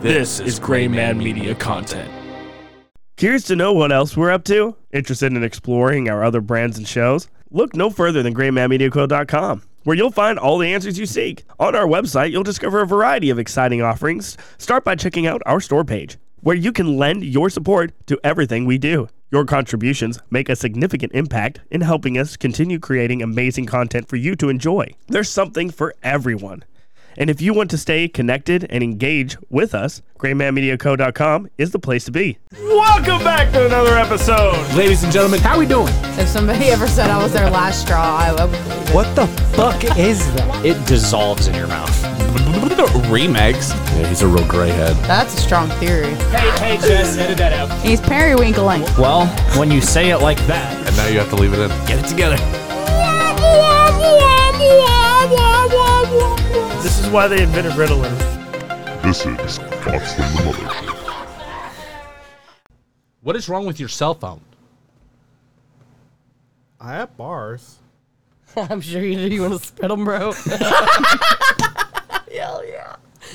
This is Gray Man Media content. Curious to know what else we're up to? Interested in exploring our other brands and shows? Look no further than GrayManMediaCo.com, where you'll find all the answers you seek. On our website, you'll discover a variety of exciting offerings. Start by checking out our store page, where you can lend your support to everything we do. Your contributions make a significant impact in helping us continue creating amazing content for you to enjoy. There's something for everyone. And if you want to stay connected and engage with us, GrayManMediaCo.com is the place to be. Welcome back to another episode. Ladies and gentlemen, how we doing? If somebody ever said I was their last straw, I I would believe it. What the fuck is that? It dissolves in your mouth. Remix. Yeah, he's a real grayhead. That's a strong theory. Hey, hey, Jess, edit that out. He's periwinkling. Well, when you say it like that, And now you have to leave it in. get it together. This is why they invented Ritalin. This is Thoughts from the Mothership. What is wrong with your cell phone? I have bars. I'm sure you do. You want to spit them, bro?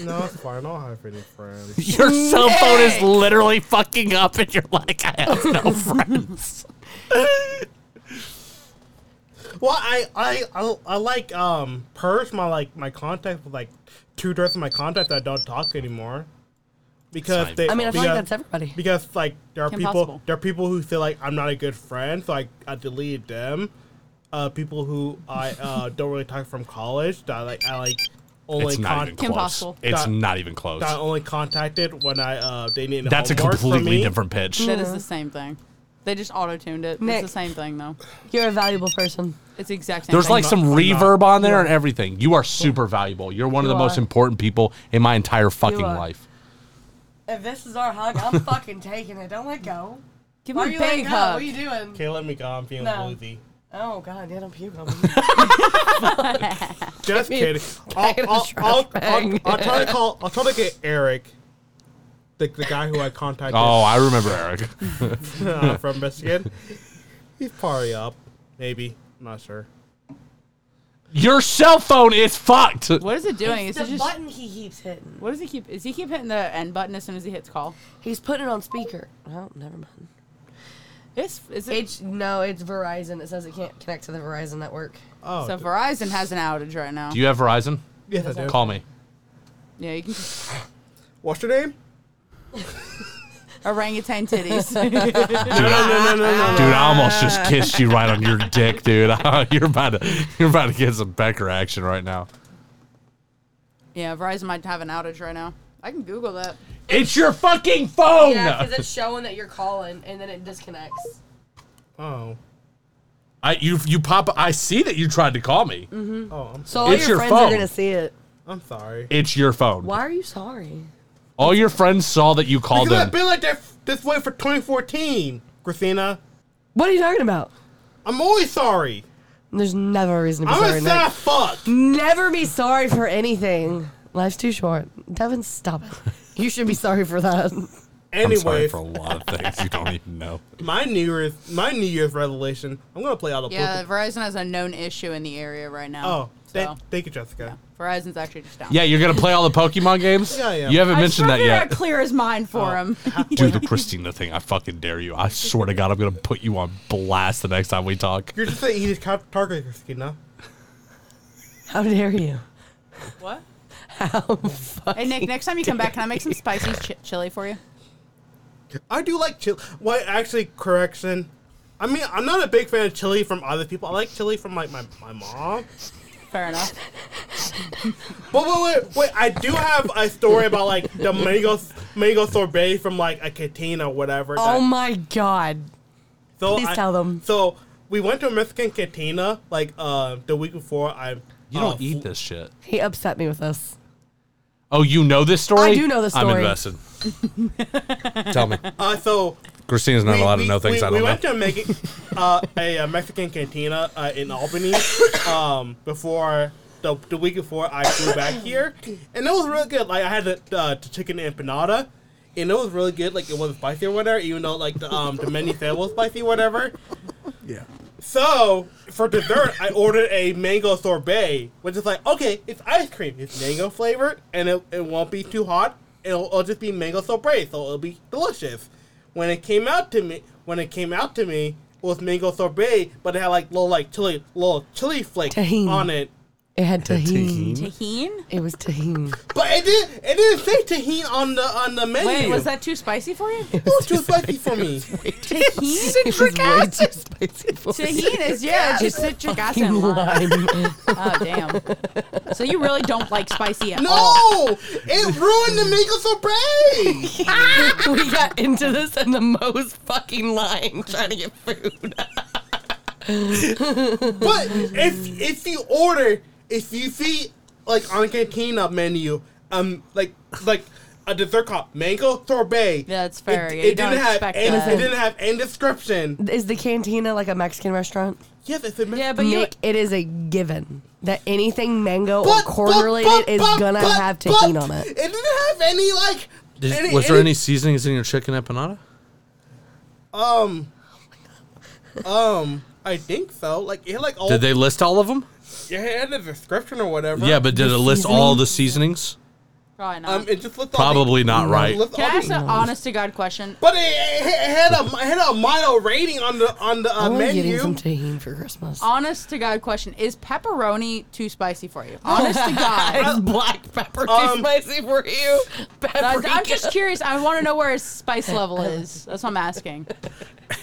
No, it's fine. I'll have any friends. Your cell phone is literally fucking up, and you're like, I have no friends. Well, I, I I I like um purge my like my contact with like two thirds of my contacts that don't talk anymore. Because they, I mean, I feel like because, that's everybody. Because like there are Kim people Possible. there are people who feel like I'm not a good friend, so I, I delete them. Uh, people who I uh don't really talk from college that like I like only It's not con- even Kim close. Possible. It's Dot- not even close. that I only contacted when I uh they needed That's a homework from completely me. different pitch. That is the same thing. They just auto tuned it. Nick. It's the same thing though. You're a valuable person. It's the exact same. There's thing. like some I'm not- reverb on there and everything. You are super valuable. You're one of You the most are. important people in my entire fucking are. life. If this is our hug, I'm fucking taking it. Don't let go. give Why are me you a big letting go? hug. What are you doing? Okay, let me go. I'm feeling No. woozy. Oh god, yeah, don't puke on me. Just kidding. I'll, of I'll, trash I'll, I'll, bag. I'll try to call. I'll try to get Eric, the, the guy who I contacted Oh, I remember Eric. uh, from Michigan. He's probably up, maybe. I'm not sure. Your cell phone is fucked. What is it doing? Is the it just button he keeps hitting. what does he keep? Is he keep hitting the end button as soon as he hits call? He's putting it on speaker. Oh, never mind. It's is it? It's no, it's Verizon. It says it can't connect to the Verizon network. Oh, so d- Verizon has an outage right now. Do you have Verizon? yes, I do. Call me. yeah, you can just What's your name? orangutan titties. Dude, I almost just kissed you right on your dick, dude. you're about to you're about to get some Becker action right now. yeah, Verizon might have an outage right now. I can Google that. It's your fucking phone. Yeah, because it's showing that you're calling, and then it disconnects. Oh, I you you pop. I see that you tried to call me. Mm-hmm. oh, I'm, So all It's your your, friends phone. are gonna see it. I'm sorry. It's your phone. Why are you sorry? All your friends saw that you called Because them. I've been like that f- this way for 2014, Christina. What are you talking about? I'm always sorry. There's never a reason to be I'm sorry. a Nick. sad fuck. Never be sorry for anything. Life's too short. Devin, stop it. You should be sorry for that. I'm sorry Anyways, for a lot of things you don't even know. my New Year's my New Year's resolution. I'm gonna play out of Yeah, Pokemon. Verizon has a known issue in the area right now. Oh, so thank, thank you, Jessica. Verizon's actually just down. Yeah, you're gonna play all the Pokemon games. Yeah, I am. You haven't I mentioned that swear to yet. Oh. God, Clear his mind for him. Do the Christina thing. I fucking dare you. I swear to God, I'm gonna put you on blast the next time we talk. You're just an easy ca- target, Christina. How dare you? What? hey Nick, next time you come back, can I make some spicy ch- chili for you? I do like chili. Well, actually, correction. I mean, I'm not a big fan of chili from other people. I like chili from like my, my mom. Fair enough. But wait, wait, wait. I do have a story about like the mango mango sorbet from like a cantina or whatever. Oh that- my god. so please tell them. So we went to a Mexican cantina like uh the week before. I You uh, don't eat this shit. He upset me with this. Oh, you know this story? I do know this I'm story. invested. Tell me. Uh, so Christina's not we- allowed we- to know things we, I don't we know. went to make uh, a, uh Mexican cantina uh, in Albany um, before the, the week before I flew back here, and it was really good. Like I had the, uh, the chicken empanada, and it was really good. Like it wasn't spicy or whatever, even though like the um, the menu said it was spicy or whatever. Yeah. So for dessert, I ordered a mango sorbet, which is like okay, it's ice cream, it's mango flavored, and it, it won't be too hot. it'll, it'll just be mango sorbet, so it'll be delicious. When it came out to me, when it came out to me, it was mango sorbet, but it had like little like chili, little chili flakes Tahini. on it. It had Tahini. tahini. Tahine? It was tahini. But it didn't, it didn't say tahini on the on the menu. Wait, was that too spicy for you? It was too spicy for me. Tahine? It was way too spicy for Tahine is, yeah, it's just citric acid. and lime. lime. Oh, damn. So you really don't like spicy at all. No, it ruined the mango sorbet. we got into this in the most fucking line trying to get food. But if if you order, if you see like on a cantina menu, um, like like a dessert called mango sorbet. That's fair. It, Yeah, it you don't didn't have expect any, that. it didn't have any description. Is the cantina like a Mexican restaurant? Yes, it's a ma- Yeah, But but you. it is a given that anything mango but- or corn but- related but- is but- gonna but- have but tahini on it. It didn't have any like. Did, was there any seasonings in your chicken empanada? Um, um, I think so. Like it had like all. Did they list all of them? Yeah, it had a description or whatever. Yeah, but did it list all the seasonings? Probably not. um, it just looked Probably not right. Can I ask an honest to God question? But it, it, it had a it had a mild rating on the on the uh, I'm menu. Um, getting some tahini for Christmas. Honest to God question. Is pepperoni too spicy for you? Honest to God. Is black pepper too Um, spicy for you? I- Paprika. I'm just curious. I want to know where his spice level is. That's what I'm asking.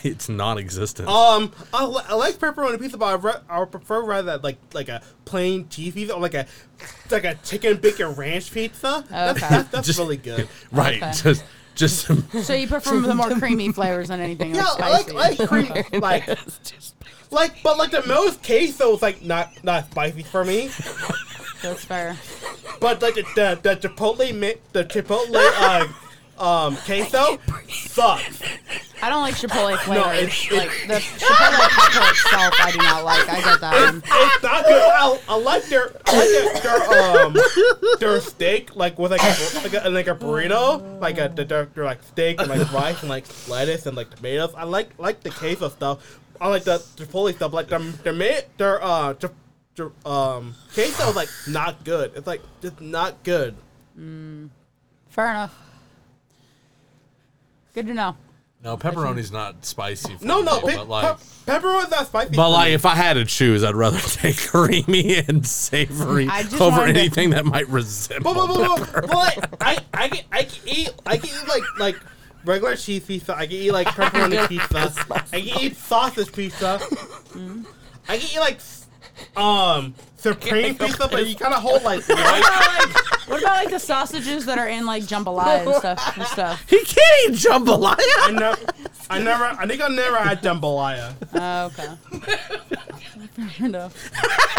It's non-existent. Um, I, li- I like pepperoni pizza, but I, re- I would prefer rather that, like like a plain cheese pizza or like a like a chicken bacon ranch pizza. That's, Okay. that's, that's Just- really good. right. Just, just So you prefer the more creamy flavors than anything Yeah, like I spicy. like like cream, like like but like the most queso is like not not spicy for me. That's fair. But like the the, the chipotle mi- the chipotle uh, um queso sucks. I don't like Chipotle flavor. No, it's- like the Chipotle pepper itself, I do not like. I get that. One. It's not good. I, I like their I like their, their um their steak like with like a, like a like a burrito like a their, their, their like steak and like rice and like lettuce and like tomatoes. I like like the queso stuff. I like the chipotle stuff. Like their their ma- their uh chi- chi- um queso is like not good. It's like just not good. Fair enough. Good to know. no, pepperoni's not spicy. For No, no, me, pe- but like, pe- pepperoni's not spicy. but for like, me. if I had to choose, I'd rather take creamy and savory I just over wanted to- anything that might resemble. But, but, but, but, but like, I, I, can, I can eat I can eat like like regular cheese pizza. I can eat like pepperoni pizza. I can eat sausage pizza. I can eat like s- um supreme pizza, but you kind of hold like white. What about like the sausages that are in like jambalaya and stuff and stuff? he can't eat jambalaya. I never, I never, I think I never had jambalaya. Oh, okay. Fair enough.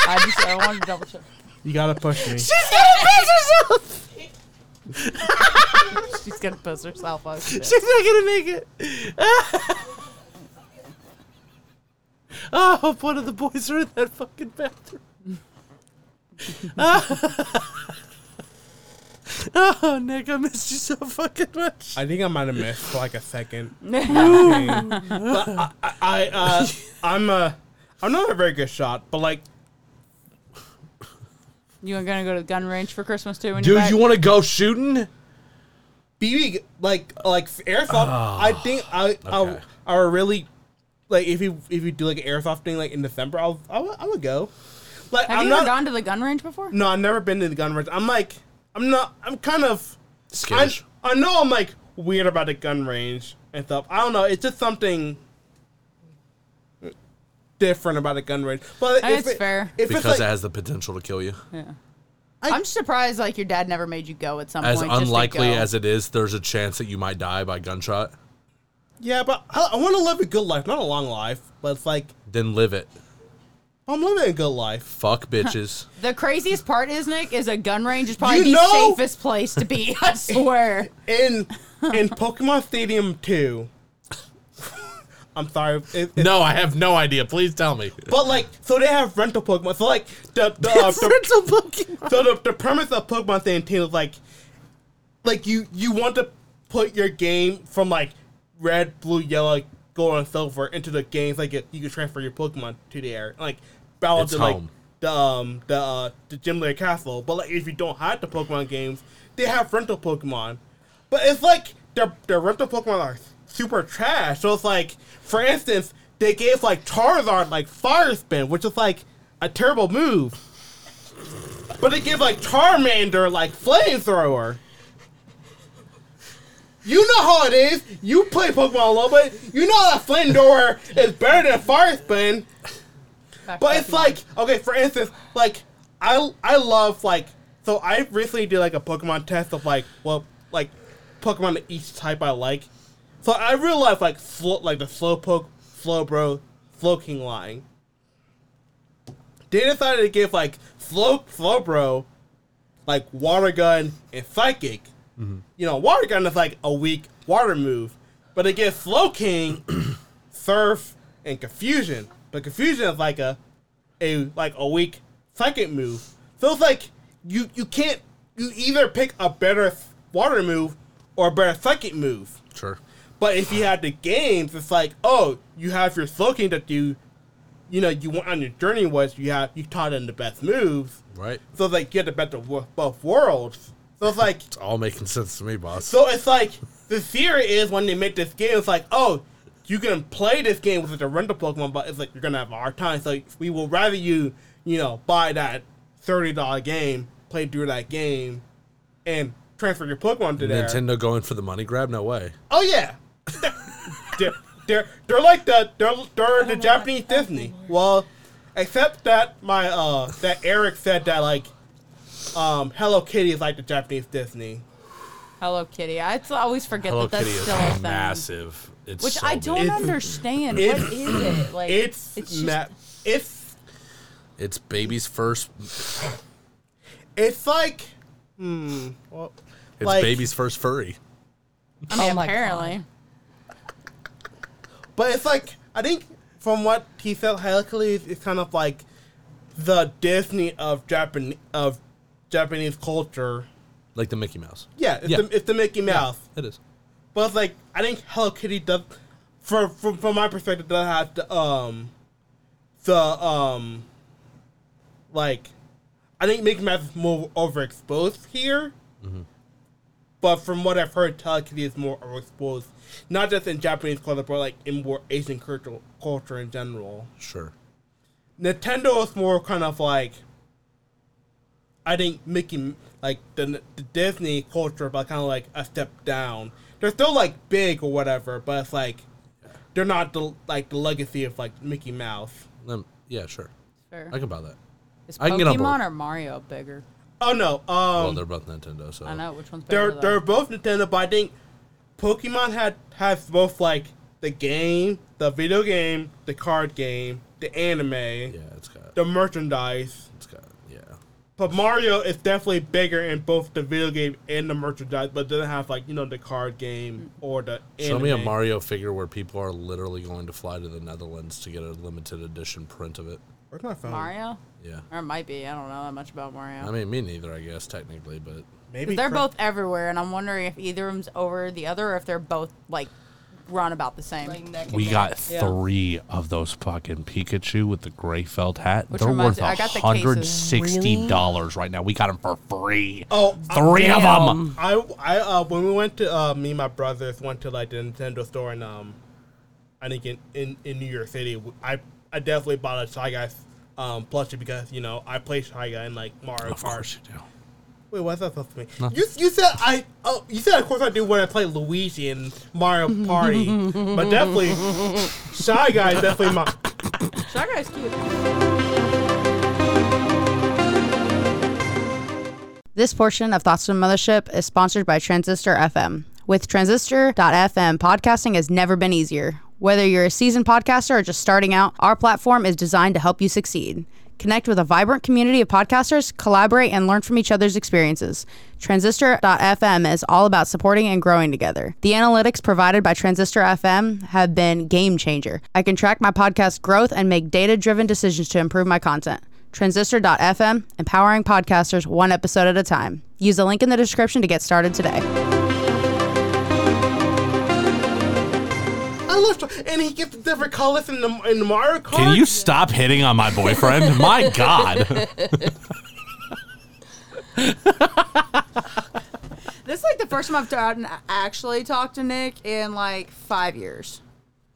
I just I wanted to double check. You gotta push me. She's gonna piss herself off. She's not gonna make it. oh, hope one of the boys are in that fucking bathroom. oh, Nick, I missed you so fucking much. I think I might have missed for like a second. shit. I, uh, I'm uh, I'm not a very good shot, but like you gonna go to the gun range for Christmas too? When you're Dude, back? you want to go shooting? BB like like airsoft. I think I, I Ah, okay. I would really like if you if you do like an airsoft thing like in December. I'll I would, I would go. Like Have I'm you not. ever gone to the gun range before? no, I've never been to the gun range. I'm like I'm not. I'm kind of. I Skittish. I know I'm like weird about the gun range and stuff. I don't know. It's just something different about a gun range. But Uh, if it's it- fair. If Because it's it like, has the potential to kill you. I'm surprised like your dad never made you go at some As point. unlikely just as it is, there's a chance that you might die by gunshot. yeah, but I, I want to live a good life, not a long life. But it's like Then live it. I'm living a good life. Fuck bitches. the craziest part is Nick is a gun range is probably You the know- safest place to be. I swear. in in Pokemon Stadium two. I'm sorry, it, it- no, I have no idea. Please tell me. but like, so they have rental Pokemon. So like, the the, uh, the, Rental Pokemon. so the, the premise of Pokemon Stadium is like, like you you want to put your game from like red, blue, yellow, gold, and silver into the games. Like you can transfer your Pokemon to the air, like balance It's it, like home. the um the uh, the gym leader castle. But like, if you don't have the Pokemon games, they have rental Pokemon. But it's like their their rental Pokemon are super trash. So it's like, for instance, they gave like Charizard like Fire Spin, which is like a terrible move. But they give like Charmander like Flamethrower. You know how it is. You play Pokemon a little bit. You know that Flamethrower is better than Fire Spin. But it's like okay, for instance, like I I love like so I recently did like a Pokemon test of like well like Pokemon of each type I like. So I realized like slow like the Slowpoke, Slowbro, Slowking line. They decided to give like Slow Slowbro, like Water Gun and Psychic. You know, Water Gun is like a weak water move, but they give Slowking Surf, and Confusion. But Confusion is like a, a like a weak second move. So it's like you you can't you either pick a better th- water move or a better second move. Sure. But if you have the games, it's like oh you have your Slowking that you, you know you went on your journey with. You have you taught in the best moves. Right. So it's like you get the best of wo- both worlds. So it's like It's all making sense to me, boss. so it's like the theory is when they make this game, it's like, oh, you can play this game with a rental Pokemon, but it's like you're gonna have a hard time. So we will rather you, you know, buy that thirty dollar game, play through that game, and transfer your Pokemon to there. Nintendo going for the money grab? No way. Oh yeah, they're, they're they're like the they're, they're the Japanese Disney. Well, except that my uh that Eric said that like, um, Hello Kitty is like the Japanese Disney. Hello Kitty. I t- always forget Hello that that's Kitty is still a thing. massive. It's Which so I don't big. understand. It's- what is it? Like It's it's just ma- it's It's baby's first. It's like, hmm, well, It's Like- baby's first furry. I mean, Oh my apparently. but it's like I think from what he said, Hercules is kind of like the Disney of Japan of Japanese culture. Like the Mickey Mouse. Yeah, it's, Yeah. The, it's the Mickey Mouse, It is. but it's like I think Hello Kitty does, for from from my perspective, does have the um, the um, like, I think Mickey Mouse is more overexposed here. But from what I've heard, telekinesis is more exposed, not just in Japanese culture, but like in more Asian culture, culture in general. Sure. Nintendo is more kind of like, I think Mickey, like the, the Disney culture, but kind of like a step down. They're still like big or whatever, but it's like they're not the like the legacy of like Mickey Mouse. Um, yeah, sure. Fair. I can buy that. Is I can get on board. Pokemon or Mario bigger? Oh no, um, well, they're both Nintendo, so I know which one's bigger. they're though. they're both Nintendo, but I think Pokemon had has both like the game, the video game, the card game, the anime, yeah, it's got the merchandise. it's got yeah. But Mario is definitely bigger in both the video game and the merchandise, but doesn't have like you know the card game or the. Show me a anime. Mario figure where people are literally going to fly to the Netherlands to get a limited edition print of it. Where's my phone? Mario? Yeah. Or it might be. I don't know that much about Mario. I mean, me neither, I guess technically, but Maybe 'Cause they're Chris- both everywhere, and I'm wondering if either of them's over the other, or if they're both like run about the same. we got Yeah. three of those fucking Pikachu with the gray felt hat. Which They're reminds- worth I got the cases. dollars right now. We got them for free. Oh, Three of them. I I uh, when we went to uh, me and my brothers went to like the Nintendo store and um, I think in, in, in New York City I I definitely bought a Shy Guy um plushie because you know I play Shy Guy and like Mario Of course Kart. you do. Wait, what's that supposed to mean? You you said I oh you said of course I do when I play Luigi and Mario Party, but definitely Shy Guy is definitely my. Shy Guy's cute. This portion of Thoughts from Mothership is sponsored by Transistor FM. With Transistor.fm, podcasting has never been easier. Whether you're a seasoned podcaster or just starting out, our platform is designed to help you succeed. Connect with a vibrant community of podcasters, collaborate, and learn from each other's experiences. Transistor.fm is all about supporting and growing together. The analytics provided by Transistor FM have been game changer. I can track my podcast growth and make data driven decisions to improve my content. Transistor.fm, empowering podcasters one episode at a time. Use the link in the description to get started today. I love Shy- and he gets different colors in the in the Mario Kart. Can you stop hitting on my boyfriend? my God. This is like the first time I've ta- actually talked to Nick in like five years.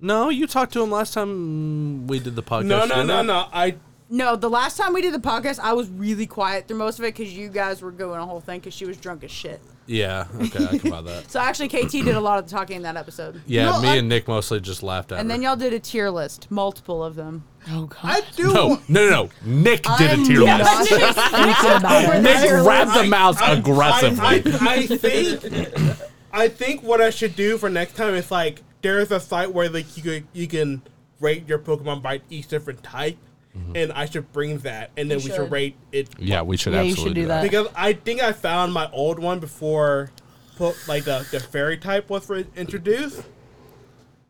No, you talked to him last time we did the podcast. No, no, didn't no, you? no. I No, the last time we did the podcast, I was really quiet through most of it because you guys were doing a whole thing because she was drunk as shit. Yeah, okay, I can buy that. So actually, KT did a lot of the talking in that episode. Yeah, No, me I- and Nick mostly just laughed at And her. then y'all did a tier list, multiple of them. Oh god. I do. no, want- no, no, no. Nick did a tier Yeah, list. Nick- Nick tier grabbed the mouth I, aggressively. I, I think I think what I should do for next time is like there's a site where like you could, you can rate your Pokemon by each different type, Mm-hmm. and I should bring that, and then You we should should. rate it Yeah, we should Yeah, you absolutely should do do that. that. because I think I found my old one before, po- like the the fairy type was re- introduced,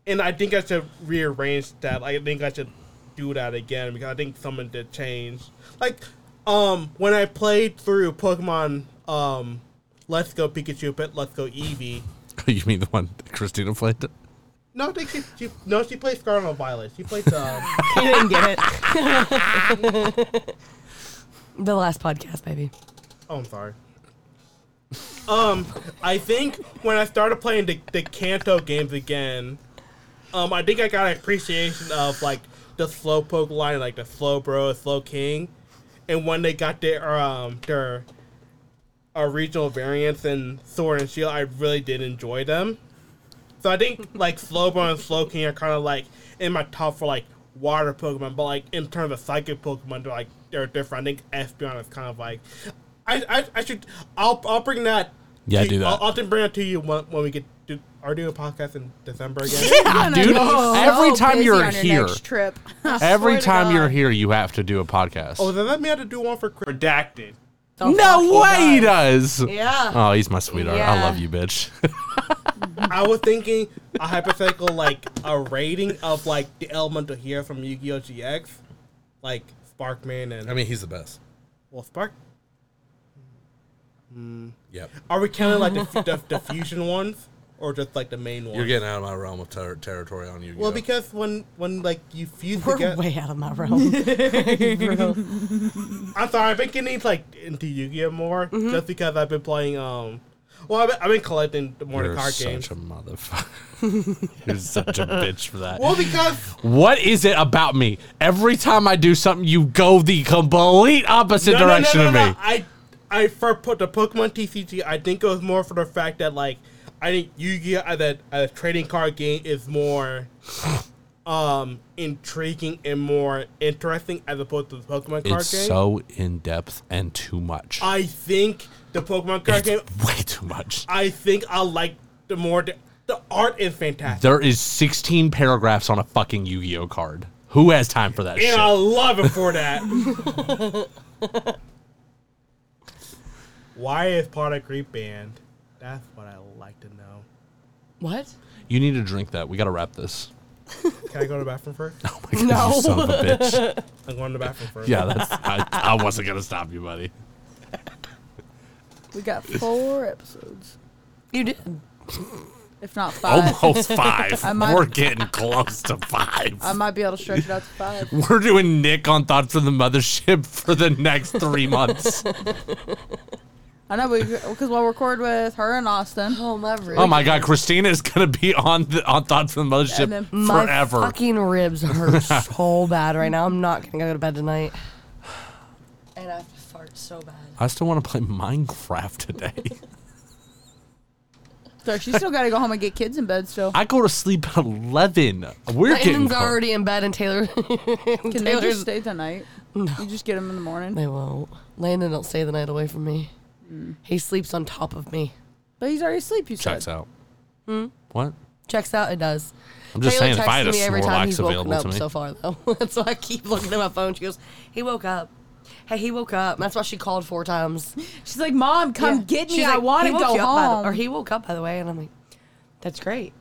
and I think I should rearrange that. I think I should do that again because I think someone did change. Like, um, when I played through Pokemon, um, Let's Go Pikachu, but Let's Go Eevee. you mean the one that Christina played? No, I think she, she no, she played Scarlet and Violet. She played um, You didn't get it. the last podcast, baby. Oh, I'm sorry. Um, I think when I started playing the, the Kanto games again, um, I think I got an appreciation of like the slow poke line, like the slow bro, slow king, and when they got their um their uh, regional variants in Sword and Shield, I really did enjoy them. So I think like Slowbro and Slowking are kind of like in my top for like water Pokemon, but like in terms of psychic Pokemon, they're like they're different. I think Espeon is kind of like I I, I should I'll I'll bring that. Yeah, to, do that. I'll, I'll bring it to you when, when we get to are we doing a podcast in December again. Gonna dude, be so every time busy you're on your here. next trip. Every Swear to time you're God. here, you have to do a podcast. oh, then that mean I have to do one for Chris- redacted. no way he does. Yeah. Oh, he's my sweetheart. I Yeah. love you, bitch. I was thinking a hypothetical like a rating of like the elemental here from Yu-Gi-Oh GX, like Sparkman and mean, he's the best. well Spark. Hmm. Yep. Are we counting like the, the, the fusion ones or just like the main ones? getting out of my realm of ter- territory on you. well, because when when like you fuse We're together, way out of my realm. Real. I'm sorry, I've been getting like into Yu-Gi-Oh more Mm-hmm. just because I've been playing. Um, well, I've been, I've been collecting the more the You're card such games. a motherfucker. You're such a bitch for that. well, because What is it about me? Every time I do something, you go the complete opposite no, no, no, direction no, no, of me. I I for put the Pokemon TCG. I think it was more for the fact that like I think Yu-Gi-Oh as a, as a trading card game is more um intriguing and more interesting as opposed to the Pokemon card It's game. so in depth and too much. I think the Pokemon card It's game. way too much. I think I like the more the, the art is fantastic, There is 16 paragraphs on a fucking Yu-Gi-Oh card. Who has time for that and shit? I love it for that. Why is part of Creep band? That's what I like to know. what? You need to drink that. We got to wrap this. Can I go to the bathroom first? Oh my god, no. you son of a bitch. I'm going to the bathroom first. Yeah, that's I, I wasn't gonna stop you, buddy. We got four episodes, You did. if not Uh, five. Almost five. I might- We're getting close to five. Um, I might be able to stretch it out to five. We're doing Nick on Thoughts from the Mothership for the next three months. I know, because we'll record with her and Austin. Oh my ribs. oh my god, Christina is gonna be on the, on Thoughts from the And then Mothership My forever. fucking ribs hurt so bad right now. I'm not gonna go to bed tonight. And I have to fart so bad. I still want to play Minecraft today. So she's still got to go home and get kids in bed still. I go to sleep at eleven. We're getting Clayton's close. already in bed, and Taylor. Can they Taylor's- just stay the night? You just get them in the morning. They won't. Landon don't stay the night away from me. He sleeps on top of me. But he's already asleep, you said. checks out. What? Checks out. It does. I'm just Hmm? Taylor saying, if texts I had a me every time he's Snorlax woken available up to me, so far, though. so I keep looking at my phone. She goes, "He woke up. Hey, he woke up." That's why she called four times. She's like, Mom, come Yeah. get me. She's I like, want to "He woke go you up, by the- home. or he woke up, by the way, and I'm like, "That's great."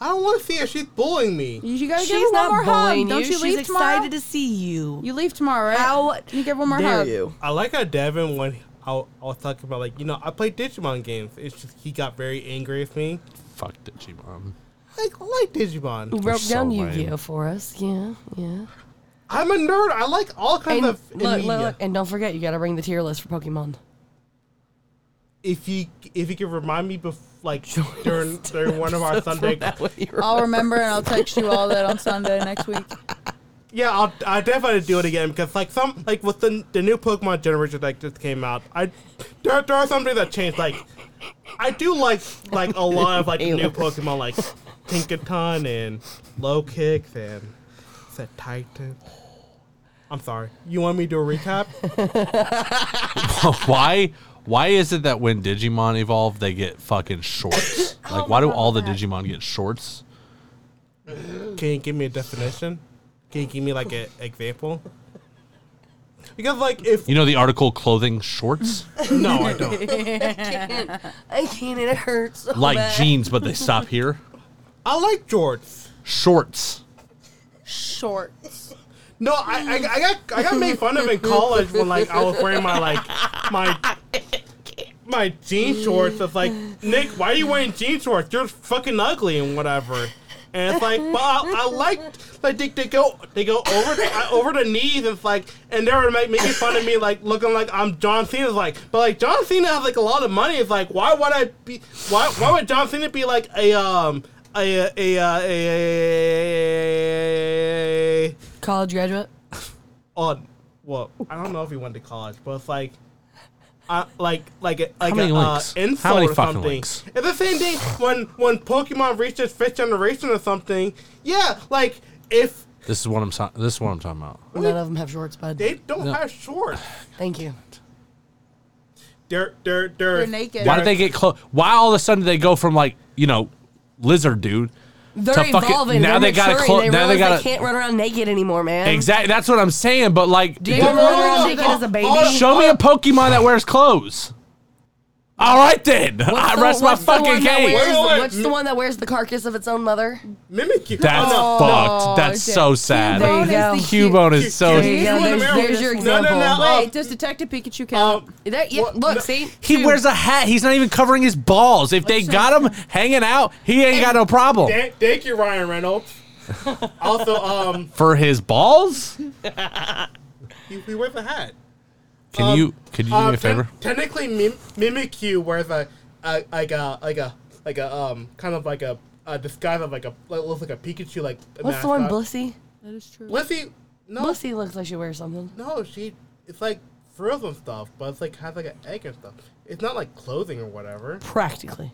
I don't want to see her. She's bullying me. you gotta give her She's one more not bullying hug. Don't you. you She's leave tomorrow? excited to see you. You leave tomorrow, right? How Can you give one more dare hug? you? I like how Devin, when I, I was talking about, like, you know, I play Digimon games. It's just he got very angry with me. fuck Digimon. Like, I like Who Digimon. broke so down lame. Yu-Gi-Oh for us? Yeah, yeah. I'm a nerd. I like all kinds And of look, look, media. look, and don't forget, you got to bring the tier list for Pokemon. if you if you could remind me, bef- like during during one of our Sunday. Oh, I'll remember and I'll text you all that on Sunday next week. Yeah, I'll, I'll definitely do it again because like some like with the, the new Pokemon generation that just came out, I there, there are some things that changed. Like I do like like a lot of like the new Pokemon like Tinkaton and Low Kicks and is that Titan. I'm sorry. You want me to do a recap? why why is it that when Digimon evolve they get fucking shorts? Oh Like why do all the Digimon get shorts? Can you give me a definition? Can you give me like an example? Because like if You know the article clothing shorts? no, I don't. I can't. I can't. It hurts. So like bad. jeans, but they stop here. I like jorts. Shorts. Shorts. No, I, I, I got I got made fun of in college when like I was wearing my like my my jean shorts. It's like Nick, why are you wearing jean shorts? You're fucking ugly and whatever. And it's like, but I, I like like they, they go they go over the, I- over the knees. And it's like, and they were make, making fun of me like looking like I'm John Cena. It's like, but like John Cena has like a lot of money. It's like, why would I be why why would John Cena be like a um a a a, a, a College graduate. on well, I don't know if he went to college, but it's like, uh, like like a- like many a uh, links? How insult many or fucking something. links? It's the same thing when when Pokemon reached its fifth generation or something. Yeah, like if This is what I'm ta- this is what I'm talking about. None of them have shorts, bud. they don't No. have shorts, Thank you. they're they're they're, They're naked. Why did they get close? Why all of a sudden did they go from like you know lizard dude They're to fucking evolving. now They're they gotta maturing. clo- They now they realize gotta can't run around naked anymore, man. exactly that's what I'm saying. But like, Um, Do you d- remember when we were naked as a baby? show me a Pokemon that wears clothes. All right then, I So rest my what's the fucking one that case. wears- Wait, wait, wait. What's the one that wears the carcass of its own mother? Mimicyu. That's Oh, fucked. That's shit. so sad. There you go. Cubone Cute- is so. cute- There you cute go. one There's- American. there's your No, no, example. no. Wait, does Detective Pikachu count? um, There, yeah, What? look, No. see, He wears a hat. He's not even covering his balls. If they got him hanging out, he ain't got no problem. thank, thank you, Ryan Reynolds. also, um, For his balls? he, he wears a hat. Can Um, you can you do me Uh, a te- favor? technically, Mim- Mimikyu wears a, a like a like a like a um kind of like a, a disguise of like a like, looks like a Pikachu like. what's the one, mascot. Blissy? That is true. Blissy? No, Blissy looks like she wears something. no, she it's like frills and stuff, but it's like has like an egg and stuff. It's not like clothing or whatever. Practically.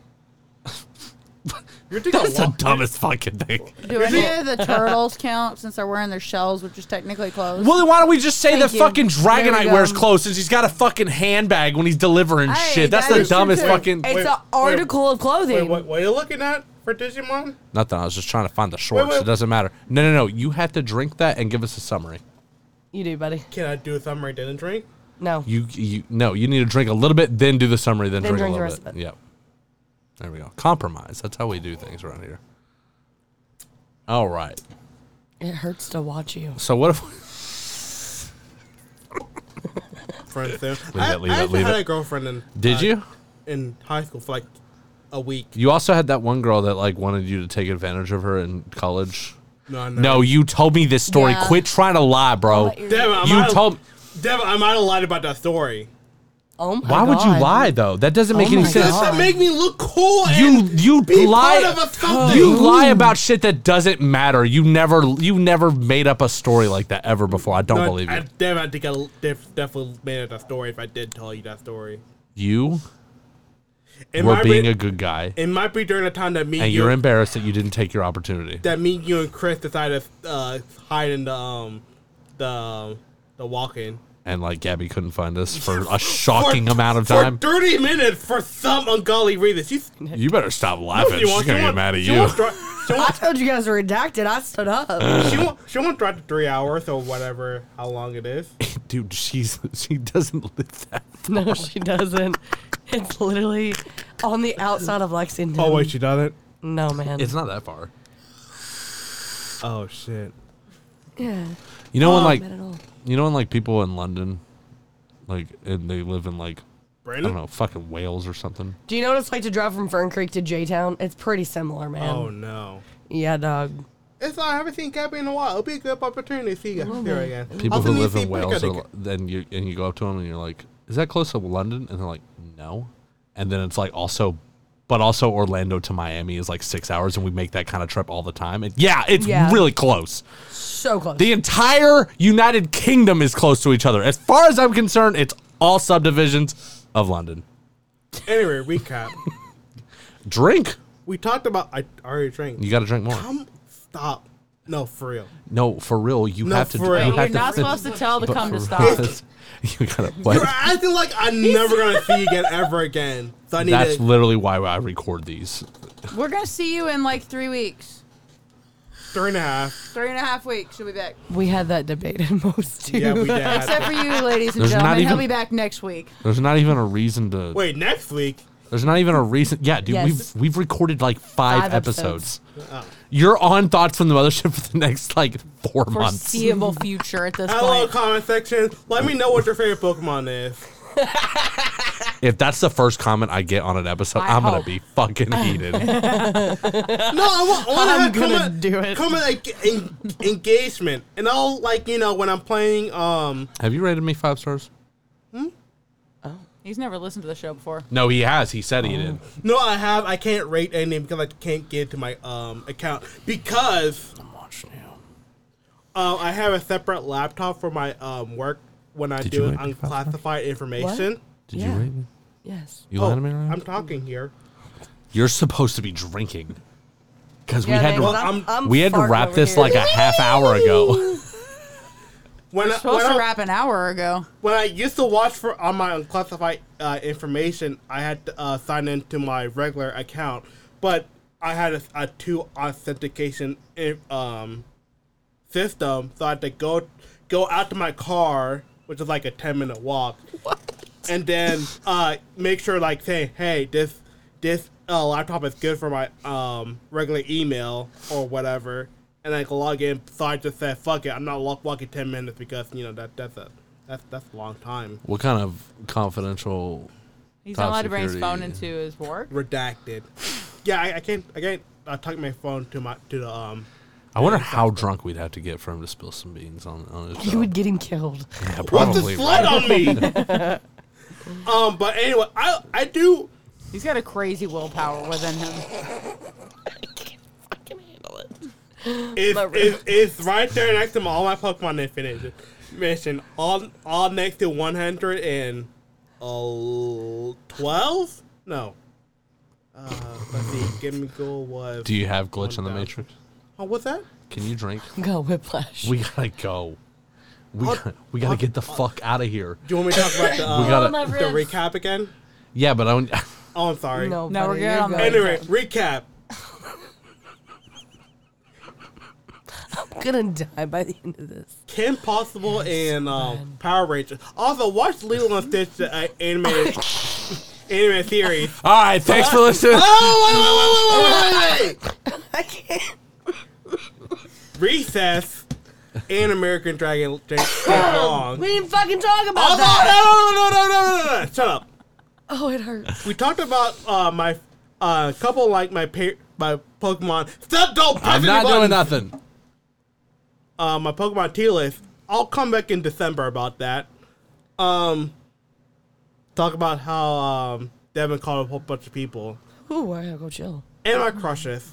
You're thinking That's a the lot. dumbest fucking thing. Do any of the turtles count since they're wearing their shells, which is technically clothes? Well, then why don't we just say Thank that you. fucking There we Dragonite go. wears clothes since he's got a fucking handbag when he's delivering Hey, shit? That's that the is true dumbest too. fucking. It's Wait, an article of clothing. Wait, what, what are you looking at for Digimon? Nothing. I was just trying to find the shorts. wait. It doesn't matter. No, no, no. You have to drink that and give us a summary. You do, buddy. Can I do a summary then and drink? No. You, you no. You need to drink a little bit, then do the summary, then, Then drink, drink the a rest little of bit. Yep. There we go. Compromise. That's how we do things around here. All right. It hurts to watch you. So what if? Friend, leave it, I, leave I it, actually leave had it. a girlfriend in Did uh, you? in high school for like a week. You also had that one girl that like wanted you to take advantage of her in college. No, I No, you told me this story. Yeah. Quit trying to lie, bro. Damn, I You might- told. Devin, I might have lied about that story. Oh my Why would you God. lie though? That doesn't make Oh any my sense. Does that make me look cool? You and you be lie. part of a something? You lie about shit that doesn't matter. You never you never made up a story like that ever before. I don't No, believe you. I, damn, I think I def- definitely made it a story if I did tell you that story. you It were might being be, a good guy, It might be during the time that me and you you're embarrassed that you didn't take your opportunity. that me you and Chris decided to uh, hide in the um the the walk-in And like Gabby couldn't find us for a For- shocking amount of for time. thirty minutes for some ungodly reason. She's You better stop laughing. She's gonna get mad at she you. Won't dri- she, I won't, told you guys to redact it. I stood up. she, won't, she won't drive to three hours or whatever how long it is. Dude, she's she doesn't live that. no, she doesn't. It's literally on the outside of Lexington. Oh wait, she doesn't. No, man. It's not that far. Oh shit. yeah. You know when Oh, like not at all. you know when like people in London, like and they live in like I Brandon? don't know fucking Wales or something. Do you know what it's like to drive from Fern Creek to J Town? It's pretty similar, man. Oh no. Yeah, dog. It's not, I haven't seen Gabby in a while. It'll be a good opportunity to see you here again. people Also who need live to see in Wales, Piccadilly. are, then you and you go up to them and you're like, "Is that close to London?" And they're like, "No." and then it's like also, but also Orlando to Miami is like six hours, and we make that kind of trip all the time. And yeah, it's Yeah. really close. So close. The entire United Kingdom is close to each other. As far as I'm concerned, it's all subdivisions of London. Anyway, recap. Drink. We talked about. I already drank. You gotta drink more. Come stop. No, for real. No, for real, you No, have to. for you real. have You're to not fin- supposed to tell the but cum to for stop. real, you gotta. What? You're acting like I'm never gonna see you again ever again. So I need That's to. literally why I record these. We're gonna see you in like three weeks, three and a half. three and a half weeks. She'll be back. We had that debate in most too. Yeah, we did. Except for you, ladies and There's not gentlemen, he'll even- be back next week. There's not even a reason to. Wait, next week. There's not even a reason. Yeah, dude, Yes. we've we've recorded like five, Five episodes. episodes. Oh. You're on thoughts from the mothership for the next like four months. Foreseeable future at this Hello, point. comment section. Let me know what your favorite Pokemon is. If that's the first comment I get on an episode, I I'm gonna hope. be fucking heated. no, I want, I I'm want to have gonna comment, do it. Comment like, en- engagement, and I'll like you know when I'm playing. Um, Have you rated me five stars? He's never listened to the show before. No, he has. He said Oh. he did. no, I have. I can't rate any because I can't get to my um account because I'm watching Um, I have a separate laptop for my um work when I Did you do rate me five stars? unclassified information. Did Yeah. you rate me? Yes. You Oh, lying to me right now? I'm talking here. You're supposed to be drinking. Because Yeah, we had to, man, 'cause I'm- I'm we had to farting wrap over this here. like a half hour ago. When We're I- supposed when to I- wrap an hour ago. When I used to watch for on my unclassified uh, information, I had to uh, sign into my regular account, but I had a, a two authentication eh, um, system, so I had to go go out to my car, which is like a ten minute walk, and then uh, make sure like say, hey, this this uh, laptop is good for my um, regular email or whatever. And like log in, so I just said, "Fuck it, I'm not lo- walking ten minutes because you know that that's a that's that's a long time." What kind of confidential? He's top not allowed to bring his security- phone into his work. Redacted. Yeah, I, I can't. I can't. I tuck my phone to my to the um. I wonder how drunk we'd have to get for him to spill some beans on, on his You job. would get him killed. Yeah, What's the probably. slut right? on me? um, but anyway, I I do. He's got a crazy willpower within him. It's, it's, it's right there next to all my Pokemon Infinite mission. All all next to one hundred and twelve. No. Uh, let's see. Gimme Ghoul was. Do you have glitch in the matrix? Oh, what's that? Can you drink? Go whiplash. We gotta go. We I'll- gotta, we gotta I'll- get the fuck out of here. Do you want me to talk about the, uh, We gotta- the recap again? Yeah, but I don't. Oh, I'm sorry. No, No, we're buddy, good you're on that. good. Anyway, recap. I'm gonna die by the end of this. Kim Possible and um, Power Rangers. Also, watch Lilo and Stitch the uh, animated anime series. All right, thanks for listening. Oh, wait, wait, wait, wait, wait, wait, wait. Recess and American Dragon Jake Oh, Long. We didn't fucking talk about Oh, that. no, no, no, no, no, no, no, no, shut up. Oh, it hurts. We talked about uh, my uh, couple like my pa- my Pokemon. Stop! Don't press I'm any not doing buttons. nothing. uh, my Pokemon tier list. I'll come back in December about that. Um, talk about how um, Devin called a whole bunch of people Ooh, I gotta go chill. and my crushes.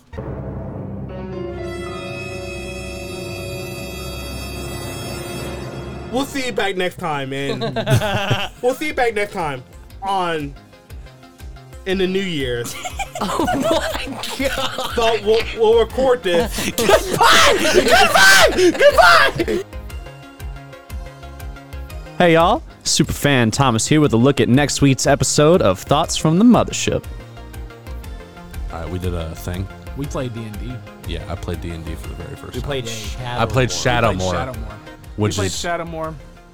We'll see you back next time, and we'll see you back next time on in the New Year's. Oh my god. So we'll, we'll record this. Goodbye! Goodbye! Hey y'all, superfan Thomas here with a look at next week's episode of Thoughts from the Mothership. All right, we did a thing. We played D and D. Yeah, I played D and D for the very first We time. played I played Shadowmoor. We played Shadowmoor, Shadowmoor. which we played is Shadowmoor.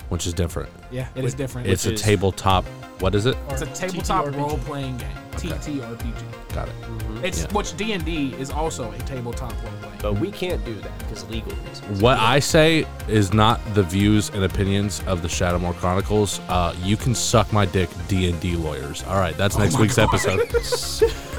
which is different. Yeah, it is different. It's a Which is- tabletop. What is it? It's a tabletop role playing game. TTRPG. Got it. It's Yeah. which D and D is also a tabletop role playing. But we can't do that because legal reasons. What I say is not the views and opinions of the Shadowmoor Chronicles. Uh, you can suck my dick, D and D lawyers. All right, that's next week's episode.